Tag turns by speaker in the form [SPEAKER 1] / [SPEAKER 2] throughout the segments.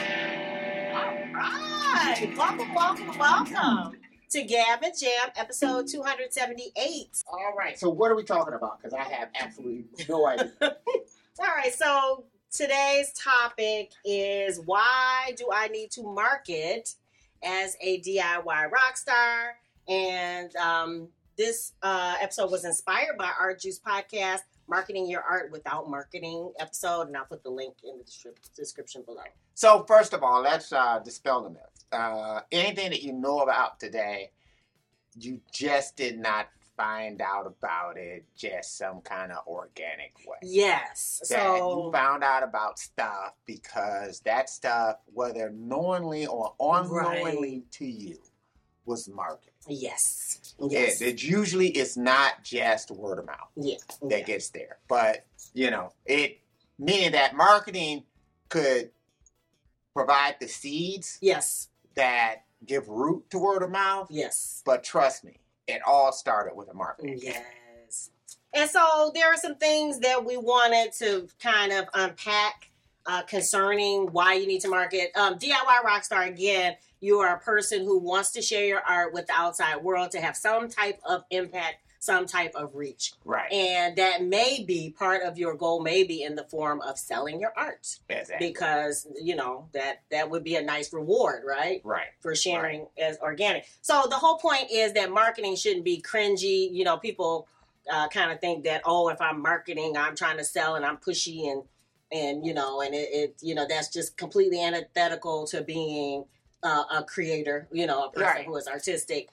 [SPEAKER 1] All right. Welcome, welcome, welcome to Gab and Jam, episode 278.
[SPEAKER 2] All right. So what are we talking about? Because I have absolutely no idea.
[SPEAKER 1] All right. So today's topic is why do I need to market as a DIY rock star? And um, this uh, episode was inspired by Art Juice podcast, Marketing Your Art Without Marketing episode. And I'll put the link in the descrip- description below.
[SPEAKER 2] so first of all, let's uh, dispel the myth. Uh, anything that you know about today, you just did not find out about it just some kind of organic way.
[SPEAKER 1] Yes.
[SPEAKER 2] That
[SPEAKER 1] So
[SPEAKER 2] you found out about stuff because that stuff, whether knowingly or unknowingly to you, was marketed.
[SPEAKER 1] yes.
[SPEAKER 2] Yes.
[SPEAKER 1] Yes.
[SPEAKER 2] It, it usually it's not just word of mouth. that gets there. But you know, it meaning that marketing could provide the seeds
[SPEAKER 1] Yes.
[SPEAKER 2] that give root to word of mouth.
[SPEAKER 1] Yes.
[SPEAKER 2] But trust me, it all started with a marketing.
[SPEAKER 1] Yes. And so there are some things that we wanted to kind of unpack uh, concerning why you need to market. Um, DIY Rockstar, again, you are a person who wants to share your art with the outside world to have some type of impact, some type of reach.
[SPEAKER 2] Right.
[SPEAKER 1] And that may be part of your goal, maybe in the form of selling your art,
[SPEAKER 2] Exactly.
[SPEAKER 1] because, you know, that, that would be a nice reward, right?
[SPEAKER 2] Right.
[SPEAKER 1] for sharing as organic. So the whole point is that marketing shouldn't be cringy. You know, people uh, kind of think that oh, if I'm marketing, I'm trying to sell and I'm pushy and and you know, and it, it you know that's just completely antithetical to being uh, a creator. You know, a person
[SPEAKER 2] Right.
[SPEAKER 1] who is artistic.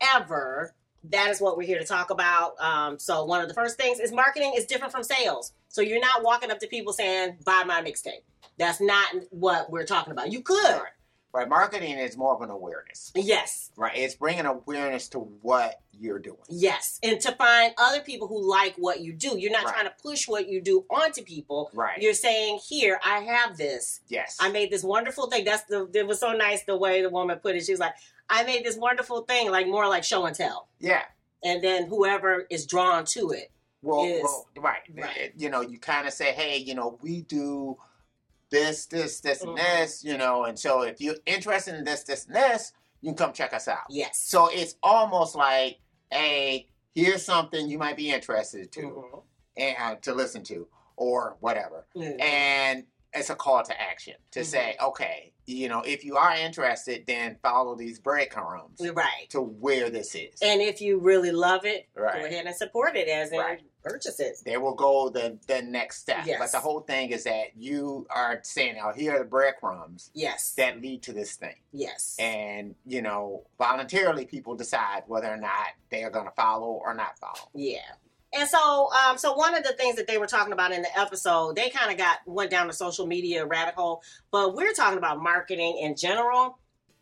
[SPEAKER 1] However. That is what we're here to talk about. Um, so one of the first things is marketing is different from sales. So you're not walking up to people saying, "Buy my mixtape." That's not what we're talking about. You could,
[SPEAKER 2] Right. Right. Marketing is more of an awareness.
[SPEAKER 1] yes,
[SPEAKER 2] Right. It's bringing awareness to what you're doing.
[SPEAKER 1] Yes, and to find other people who like what you do. You're not
[SPEAKER 2] Right.
[SPEAKER 1] trying to push what you do onto people.
[SPEAKER 2] Right.
[SPEAKER 1] You're saying, "Here, I have this.
[SPEAKER 2] yes.
[SPEAKER 1] I made this wonderful thing." That's the. It was so nice the way the woman put it. She was like, "I made this wonderful thing," like more like show and tell.
[SPEAKER 2] yeah.
[SPEAKER 1] And then whoever is drawn to it,
[SPEAKER 2] Well,
[SPEAKER 1] is-
[SPEAKER 2] well right.
[SPEAKER 1] right.
[SPEAKER 2] You know, you kind of say, hey, you know, we do this, this, this,
[SPEAKER 1] Mhm.
[SPEAKER 2] and this, you know, and so if you're interested in this, this, and this, you can come check us out.
[SPEAKER 1] yes,
[SPEAKER 2] So it's almost like, hey, here's something you might be interested to
[SPEAKER 1] Mhm.
[SPEAKER 2] and uh, to listen to or whatever,
[SPEAKER 1] Mhm.
[SPEAKER 2] and it's a call to action to
[SPEAKER 1] Mhm.
[SPEAKER 2] say, okay, you know, if you are interested, then follow these breadcrumbs
[SPEAKER 1] right.
[SPEAKER 2] to where this is.
[SPEAKER 1] And if you really love it, go
[SPEAKER 2] Right.
[SPEAKER 1] ahead and support it as in
[SPEAKER 2] Right.
[SPEAKER 1] purchase it.
[SPEAKER 2] they will go the the next step.
[SPEAKER 1] Yes.
[SPEAKER 2] But the whole thing is that you are saying, "Oh, here are the breadcrumbs
[SPEAKER 1] Yes,
[SPEAKER 2] that lead to this thing,"
[SPEAKER 1] yes,
[SPEAKER 2] and you know, voluntarily people decide whether or not they are going to follow or not follow.
[SPEAKER 1] Yeah. And so, um, so one of the things that they were talking about in the episode, they kind of got went down the social media rabbit hole, but we're talking about marketing in general.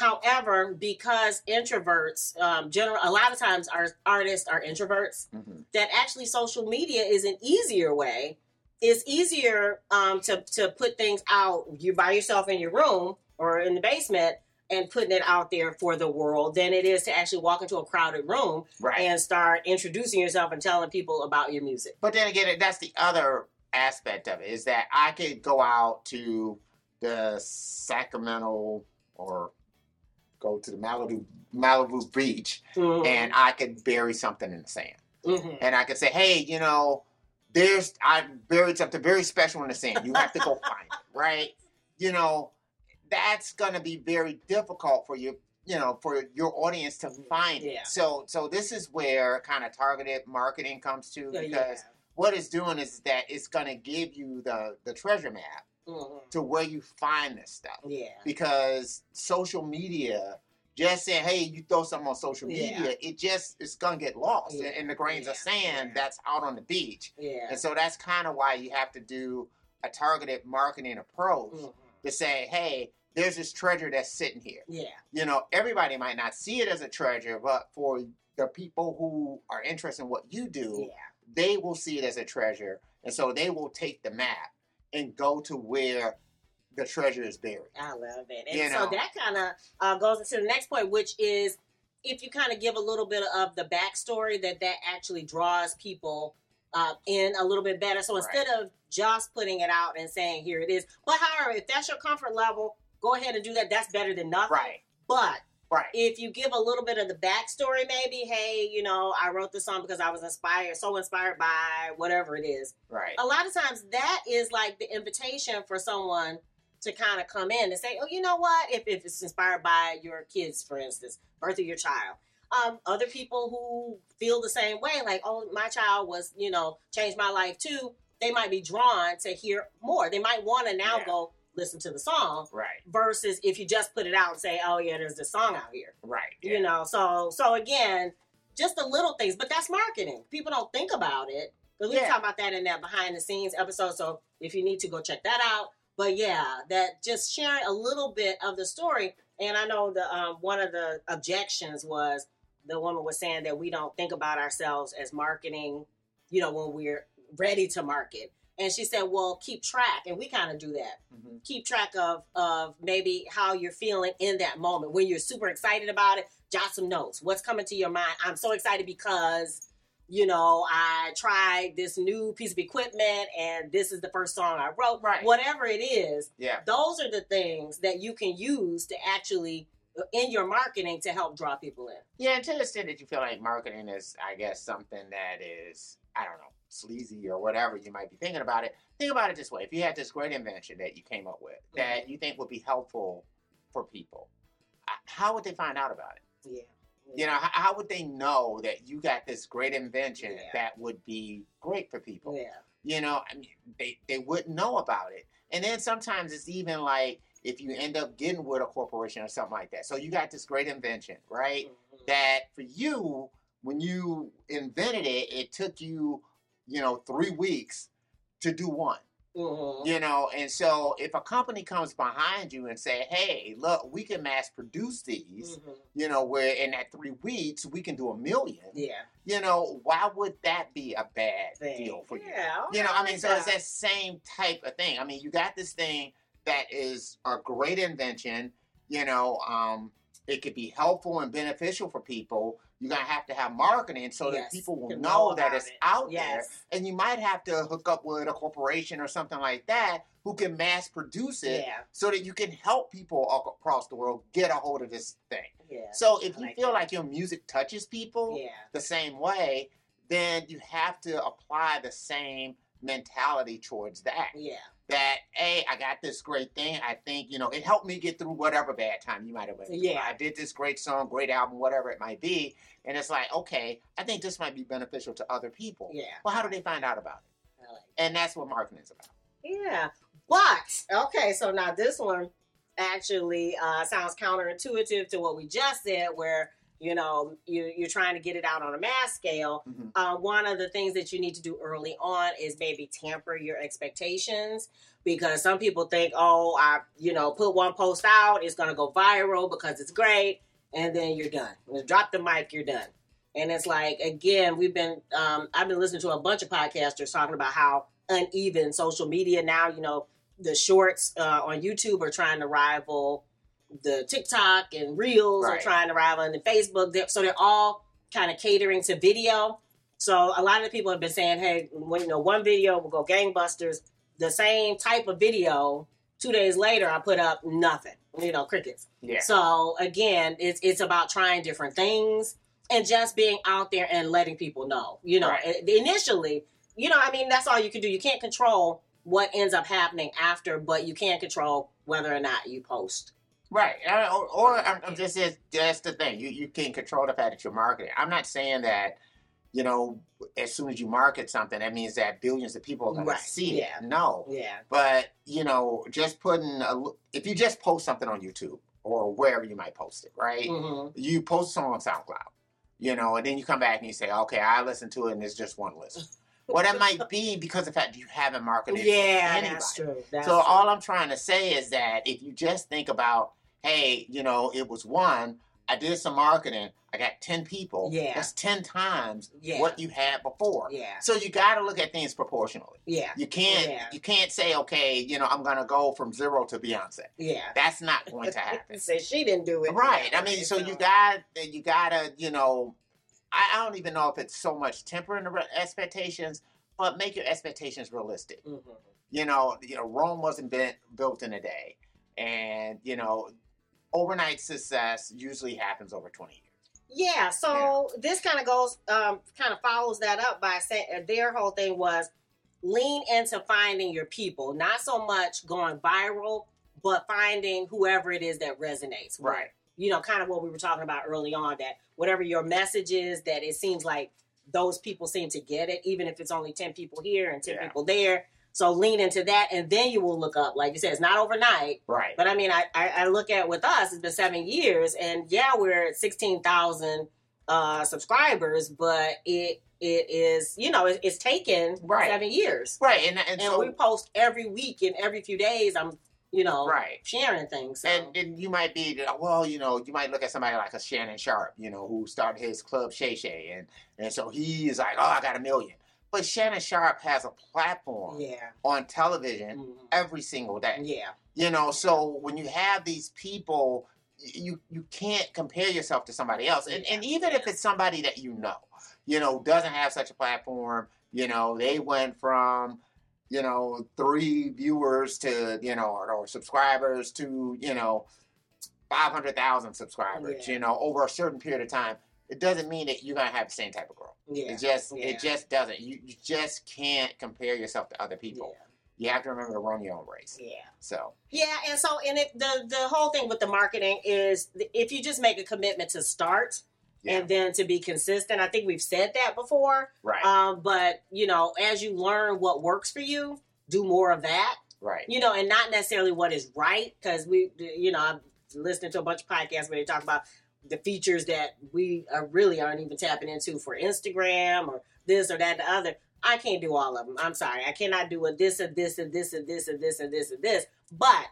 [SPEAKER 1] However, because introverts, um, general, a lot of times our artists are introverts.
[SPEAKER 2] Mhm.
[SPEAKER 1] That actually, social media is an easier way. It's easier um, to to put things out you by yourself in your room or in the basement and putting it out there for the world than it is to actually walk into a crowded room
[SPEAKER 2] Right.
[SPEAKER 1] and start introducing yourself and telling people about your music.
[SPEAKER 2] but then again, that's the other aspect of it is that I could go out to the Sacramento or go to the Malibu Malibu Beach, and I could bury something in the sand.
[SPEAKER 1] Mhm.
[SPEAKER 2] and I could say, hey, you know, there's I buried something very special in the sand. You have to go find it, right? You know, that's gonna be very difficult for you, you know, for your audience to find
[SPEAKER 1] Yeah.
[SPEAKER 2] it. So, so this is where kind of targeted marketing comes to
[SPEAKER 1] So,
[SPEAKER 2] because
[SPEAKER 1] yeah.
[SPEAKER 2] what it's doing is that it's gonna give you the the treasure map
[SPEAKER 1] Mhm.
[SPEAKER 2] to where you find this stuff
[SPEAKER 1] yeah,
[SPEAKER 2] because social media just saying hey you throw something on social
[SPEAKER 1] Yeah.
[SPEAKER 2] media it just it's gonna get lost
[SPEAKER 1] Yeah.
[SPEAKER 2] in the grains of
[SPEAKER 1] Yeah.
[SPEAKER 2] sand
[SPEAKER 1] Yeah.
[SPEAKER 2] that's out on the beach
[SPEAKER 1] yeah.
[SPEAKER 2] and so that's kind of why you have to do a targeted marketing approach
[SPEAKER 1] Mhm.
[SPEAKER 2] to say hey there's this treasure that's sitting here
[SPEAKER 1] Yeah,
[SPEAKER 2] you know everybody might not see it as a treasure but for the people who are interested in what you do,
[SPEAKER 1] Yeah.
[SPEAKER 2] they will see it as a treasure. And so they will take the map and go to where the treasure is buried.
[SPEAKER 1] I love it. And
[SPEAKER 2] You
[SPEAKER 1] so
[SPEAKER 2] know.
[SPEAKER 1] that kind of uh, goes into the next point, which is if you kind of give a little bit of the backstory that that actually draws people uh, in a little bit better. So
[SPEAKER 2] Right.
[SPEAKER 1] instead of just putting it out and saying, here it is. But however, if that's your comfort level, go ahead and do that. That's better than nothing.
[SPEAKER 2] Right,
[SPEAKER 1] But
[SPEAKER 2] right,
[SPEAKER 1] if you give a little bit of the backstory, maybe, hey, you know, I wrote this song because I was inspired, so inspired by whatever it is
[SPEAKER 2] right.
[SPEAKER 1] a lot of times that is like the invitation for someone to kind of come in and say, oh, you know what? If, if it's inspired by your kids, for instance, birth of your child. Um, other people who feel the same way, like, oh, my child was, you know, changed my life too, they might be drawn to hear more. They might want to now
[SPEAKER 2] Yeah.
[SPEAKER 1] go listen to the song
[SPEAKER 2] Right,
[SPEAKER 1] versus if you just put it out and say, oh, yeah, there's this song out here
[SPEAKER 2] right.
[SPEAKER 1] you know so so again just the little things but that's marketing people don't think about it but we
[SPEAKER 2] Yeah.
[SPEAKER 1] talk about that in that behind the scenes episode so if you need to go check that out but yeah that just sharing a little bit of the story and i know the um, one of the objections was the woman was saying that we don't think about ourselves as marketing you know when we're ready to market and she said well keep track and we kind of do that
[SPEAKER 2] Mhm.
[SPEAKER 1] keep track of of maybe how you're feeling in that moment when you're super excited about it jot some notes what's coming to your mind i'm so excited because you know i tried this new piece of equipment and this is the first song i wrote
[SPEAKER 2] Right.
[SPEAKER 1] whatever it is
[SPEAKER 2] Yeah,
[SPEAKER 1] those are the things that you can use to actually uh, in your marketing to help draw people in
[SPEAKER 2] yeah. And to the extent that you feel like marketing is, I guess, something that is, I don't know, sleazy or whatever you might be thinking about it. Think about it this way: if you had this great invention that you came up with that you think would be helpful for people, h- how would they find out about it?
[SPEAKER 1] yeah
[SPEAKER 2] You know, how, how would they know that you got this great invention
[SPEAKER 1] Yeah.
[SPEAKER 2] that would be great for people?
[SPEAKER 1] yeah
[SPEAKER 2] You know, I mean, they, they wouldn't know about it. And then sometimes it's even like if you end up getting with a corporation or something like that. So you got this great invention, right?
[SPEAKER 1] Mhm.
[SPEAKER 2] That for you, when you invented it, it took you, you know, three weeks to do one.
[SPEAKER 1] Mhm.
[SPEAKER 2] You know, and so if a company comes behind you and say, "Hey, look, we can mass produce these,"
[SPEAKER 1] Mhm.
[SPEAKER 2] you know, where in that three weeks we can do a million,
[SPEAKER 1] yeah
[SPEAKER 2] you know, why would that be a bad
[SPEAKER 1] Thing.
[SPEAKER 2] deal for you?
[SPEAKER 1] yeah
[SPEAKER 2] You know, I mean, so it's
[SPEAKER 1] Oh, that
[SPEAKER 2] that same type of thing. I mean, you got this thing that is a great invention, you know, um, it could be helpful and beneficial for people. You're gonna have to have marketing so
[SPEAKER 1] Yes,
[SPEAKER 2] that people will
[SPEAKER 1] can
[SPEAKER 2] know,
[SPEAKER 1] know
[SPEAKER 2] that
[SPEAKER 1] about
[SPEAKER 2] it's
[SPEAKER 1] it.
[SPEAKER 2] out there.
[SPEAKER 1] yes
[SPEAKER 2] And you might have to hook up with a corporation or something like that who can mass produce it
[SPEAKER 1] yeah
[SPEAKER 2] so that you can help people all across the world get a hold of this thing.
[SPEAKER 1] yeah
[SPEAKER 2] So if
[SPEAKER 1] I
[SPEAKER 2] you
[SPEAKER 1] like
[SPEAKER 2] feel
[SPEAKER 1] that.
[SPEAKER 2] like your music touches people
[SPEAKER 1] yeah
[SPEAKER 2] the same way, then you have to apply the same mentality towards that.
[SPEAKER 1] yeah
[SPEAKER 2] That hey, I got this great thing. I think you know it helped me get through whatever bad time you might have went through.
[SPEAKER 1] Yeah.
[SPEAKER 2] I did this great song, great album, whatever it might be, and it's like okay, I think this might be beneficial to other people.
[SPEAKER 1] Yeah.
[SPEAKER 2] Well, how do they find out about it?
[SPEAKER 1] I like
[SPEAKER 2] And that's what marketing is about.
[SPEAKER 1] Yeah. But okay, so now this one actually uh, sounds counterintuitive to what we just said, where you know you you're trying to get it out on a mass scale.
[SPEAKER 2] Mhm.
[SPEAKER 1] Uh, one of the things that you need to do early on is maybe tamper your expectations because some people think, oh, I you know put one post out, it's gonna go viral because it's great, and then you're done. You Drop the mic, you're done. And it's like again, we've been um, I've been listening to a bunch of podcasters talking about how uneven social media now. You know, the shorts uh, on YouTube are trying to rival the TikTok and Reels are
[SPEAKER 2] Right.
[SPEAKER 1] trying to rival and the Facebook. They're, so they're all kind of catering to video. So a lot of the people have been saying, "Hey, when, you know, one video will go gangbusters." The same type of video. Two days later, I put up nothing. You know, crickets.
[SPEAKER 2] Yeah.
[SPEAKER 1] So again, it's it's about trying different things and just being out there and letting people know. You know,
[SPEAKER 2] Right.
[SPEAKER 1] i- initially, you know, I mean, that's all you can do. You can't control what ends up happening after, but you can control whether or not you post.
[SPEAKER 2] Right, Uh, or, or I'm, I'm just says that's the thing. You you can control the fact that you're marketing. I'm not saying that you know as soon as you market something, that means that billions of people are going
[SPEAKER 1] Right,
[SPEAKER 2] to see
[SPEAKER 1] yeah.
[SPEAKER 2] it. No,
[SPEAKER 1] Yeah.
[SPEAKER 2] but you know, just putting a l- if you just post something on YouTube or wherever you might post it, right?
[SPEAKER 1] hmm
[SPEAKER 2] You post something on SoundCloud, you know, and then you come back and you say, okay, I listened to it and it's just one listen. well, that might be because of the fact you haven't marketed. it to
[SPEAKER 1] Yeah,
[SPEAKER 2] anybody
[SPEAKER 1] that's true. That's
[SPEAKER 2] so
[SPEAKER 1] true.
[SPEAKER 2] all I'm trying to say is that if you just think about, hey, you know, it was one, I did some marketing. I got 10 people.
[SPEAKER 1] Yeah.
[SPEAKER 2] That's 10 times
[SPEAKER 1] Yeah.
[SPEAKER 2] what you had before.
[SPEAKER 1] Yeah.
[SPEAKER 2] So you got to look at things proportionally.
[SPEAKER 1] Yeah.
[SPEAKER 2] You can't
[SPEAKER 1] Yeah.
[SPEAKER 2] you can't say okay, you know, I'm going to go from 0 to Beyonce.
[SPEAKER 1] Yeah.
[SPEAKER 2] That's not going to happen.
[SPEAKER 1] Said she didn't do it.
[SPEAKER 2] right. I mean, so you got you got to, you know, I, I don't even know if it's so much tempering the re- expectations, but make your expectations realistic
[SPEAKER 1] Mhm.
[SPEAKER 2] you know, you know, Rome wasn't bent, built in a day, and you know, overnight success usually happens over twenty years.
[SPEAKER 1] Yeah, so this kind of goes, um, kind of follows that up by saying uh, their whole thing was lean into finding your people, not so much going viral, but finding whoever it is that resonates. with.
[SPEAKER 2] Right.
[SPEAKER 1] You know, kind of what we were talking about early on that whatever your message is, that it seems like those people seem to get it, even if it's only 10 people here and 10
[SPEAKER 2] Yeah.
[SPEAKER 1] people there. So lean into that, and then you will look up. Like you said, it's not overnight.
[SPEAKER 2] Right.
[SPEAKER 1] But I mean, I, I, I look at with us, it's been seven years, and yeah, we're at sixteen thousand uh, subscribers, but it it is you know it, it's taken
[SPEAKER 2] Right.
[SPEAKER 1] seven years,
[SPEAKER 2] Right. And and,
[SPEAKER 1] and
[SPEAKER 2] so
[SPEAKER 1] we post every week and every few days. I'm you know
[SPEAKER 2] right.
[SPEAKER 1] sharing things. So.
[SPEAKER 2] And, and you might be well, you know, you might look at somebody like a Shannon Sharp, you know, who started his club Shay Shay, and and so he is like, oh, I got a million. But Shannon Sharp has a platform
[SPEAKER 1] yeah,
[SPEAKER 2] on television
[SPEAKER 1] Mhm.
[SPEAKER 2] every single day.
[SPEAKER 1] yeah,
[SPEAKER 2] You know, so when you have these people, y- you you can't compare yourself to somebody else, and, and even if it's somebody that you know, you know, doesn't have such a platform, you know, they went from, you know, three viewers to you know or, or subscribers to you know, five hundred thousand subscribers,
[SPEAKER 1] Yeah.
[SPEAKER 2] you know, over a certain period of time. It doesn't mean that you're gonna have the same type of growth.
[SPEAKER 1] yeah.
[SPEAKER 2] It just
[SPEAKER 1] Yeah.
[SPEAKER 2] it just doesn't. You, you just can't compare yourself to other people. You have to remember to run your own race.
[SPEAKER 1] Yeah, yeah.
[SPEAKER 2] So
[SPEAKER 1] Yeah, and so and it, the the whole thing with the marketing is th- if you just make a commitment to start
[SPEAKER 2] Yeah.
[SPEAKER 1] and then to be consistent. I think we've said that before.
[SPEAKER 2] right,
[SPEAKER 1] Um, but you know, as you learn what works for you, do more of that.
[SPEAKER 2] right.
[SPEAKER 1] You know, and not necessarily what is right, because we, you know, I'm listening to a bunch of podcasts where they talk about the features that we are really aren't even tapping into for Instagram or this or that and the other. I can't do all of them. I'm sorry, I cannot do a this and this and this and this and this and this and this. But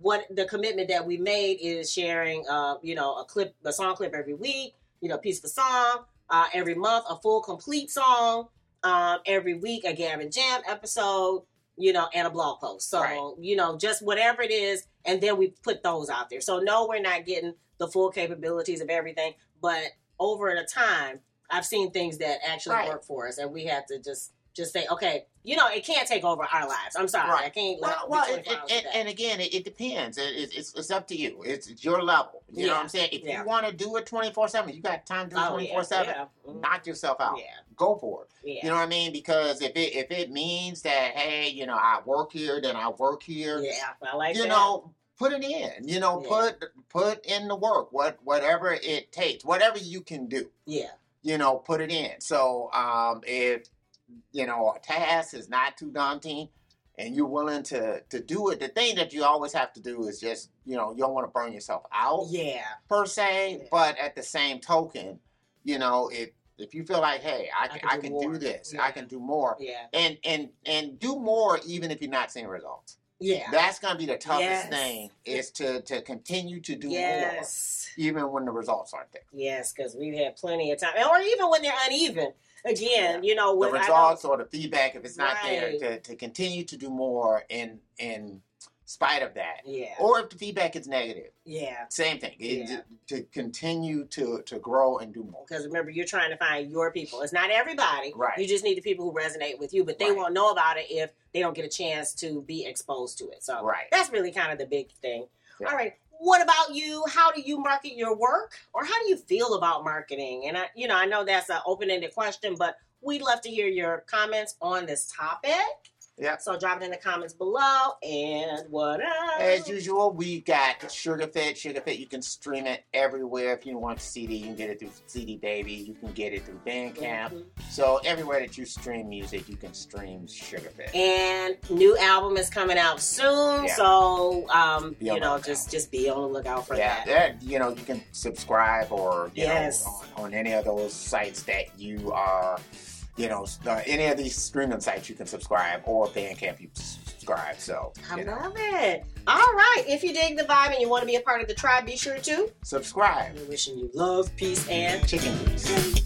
[SPEAKER 1] what the commitment that we made is sharing, uh, you know, a clip, a song clip every week. You know, piece of a song uh, every month, a full complete song um, every week, a Gavin Jam episode, you know, and a blog post. So,
[SPEAKER 2] Right.
[SPEAKER 1] you know, just whatever it is, and then we put those out there. So, no, we're not getting the full capabilities of everything, but over at a time, I've seen things that actually
[SPEAKER 2] Right.
[SPEAKER 1] work for us, and we have to just just say, okay, you know, it can't take over our lives. I'm sorry, I
[SPEAKER 2] Right.
[SPEAKER 1] can't. let it
[SPEAKER 2] Well,
[SPEAKER 1] be
[SPEAKER 2] well,
[SPEAKER 1] 24
[SPEAKER 2] it,
[SPEAKER 1] hours
[SPEAKER 2] it,
[SPEAKER 1] a
[SPEAKER 2] and,
[SPEAKER 1] day.
[SPEAKER 2] and again, it, it depends. It, it's it's it's up to you. It's, it's your level. You know
[SPEAKER 1] Yeah.
[SPEAKER 2] what I'm saying? If
[SPEAKER 1] Yeah.
[SPEAKER 2] you want to do it 24 7, you got time to do it
[SPEAKER 1] Oh,
[SPEAKER 2] 24 7.
[SPEAKER 1] yeah, yeah. Mhm.
[SPEAKER 2] Knock yourself out.
[SPEAKER 1] yeah,
[SPEAKER 2] Go for it.
[SPEAKER 1] yeah,
[SPEAKER 2] You know what I mean? Because if it if it means that hey, you know, I work here, then I work here.
[SPEAKER 1] yeah. I like
[SPEAKER 2] you
[SPEAKER 1] that.
[SPEAKER 2] know, put it in. You know,
[SPEAKER 1] Yeah.
[SPEAKER 2] put put in the work. What whatever it takes, whatever you can do.
[SPEAKER 1] yeah,
[SPEAKER 2] you know, put it in. So um, if you know a task is not too daunting, and you're willing to to do it, the thing that you always have to do is just you know you don't want to burn yourself out
[SPEAKER 1] yeah,
[SPEAKER 2] per se,
[SPEAKER 1] Yeah.
[SPEAKER 2] but at the same token, you know if if you feel like hey I can, I can, do,
[SPEAKER 1] more.
[SPEAKER 2] this,
[SPEAKER 1] Yeah.
[SPEAKER 2] I can do more.
[SPEAKER 1] yeah,
[SPEAKER 2] And, and and do more even if you're not seeing results.
[SPEAKER 1] yeah.
[SPEAKER 2] That's gonna be the
[SPEAKER 1] Yes.
[SPEAKER 2] toughest thing is to to continue to do
[SPEAKER 1] yes.
[SPEAKER 2] more even when the results aren't there.
[SPEAKER 1] Yes, because we've had plenty of time, or even when they're uneven. Again, you know,
[SPEAKER 2] the
[SPEAKER 1] when I don't-
[SPEAKER 2] results or the feedback if it's not
[SPEAKER 1] Right.
[SPEAKER 2] there to, to continue to do more in in spite of that
[SPEAKER 1] yeah,
[SPEAKER 2] or if the feedback is negative
[SPEAKER 1] yeah.
[SPEAKER 2] same thing It-
[SPEAKER 1] Yeah.
[SPEAKER 2] to continue to to grow and do more
[SPEAKER 1] Because remember, you're trying to find your people. It's not everybody.
[SPEAKER 2] Right.
[SPEAKER 1] You just need the people who resonate with you, but they
[SPEAKER 2] Right.
[SPEAKER 1] won't know about it if they don't get a chance to be exposed to it. So
[SPEAKER 2] right
[SPEAKER 1] that's really kind of the big thing.
[SPEAKER 2] Yeah.
[SPEAKER 1] All right. What about you? How do you market your work, or how do you feel about marketing? And I, you know, I know that's an open-ended question, but we'd love to hear your comments on this topic.
[SPEAKER 2] Yeah.
[SPEAKER 1] So drop it in the comments below. And what else?
[SPEAKER 2] as usual we got sugar fit sugar fit you can stream it everywhere if you want cd you can get it through cd baby you can get it through bandcamp so everywhere that you stream music you can stream sugar fit
[SPEAKER 1] and new album is coming out soon
[SPEAKER 2] Yeah.
[SPEAKER 1] so um
[SPEAKER 2] Be on
[SPEAKER 1] you
[SPEAKER 2] the
[SPEAKER 1] know
[SPEAKER 2] lookout.
[SPEAKER 1] just just be on the lookout for
[SPEAKER 2] yeah,
[SPEAKER 1] that
[SPEAKER 2] that, you know, you can subscribe or you
[SPEAKER 1] Yes.
[SPEAKER 2] know on, on any of those sites that you are, you know, s- uh, any of these streaming sites you can subscribe or Bandcamp you s- subscribe. So
[SPEAKER 1] I
[SPEAKER 2] you know,
[SPEAKER 1] love it. All right. If you dig the vibe and you want to be a part of the tribe, be sure to.
[SPEAKER 2] subscribe.
[SPEAKER 1] We're wishing you love, peace, and
[SPEAKER 2] Chicken grease.
[SPEAKER 1] chicken.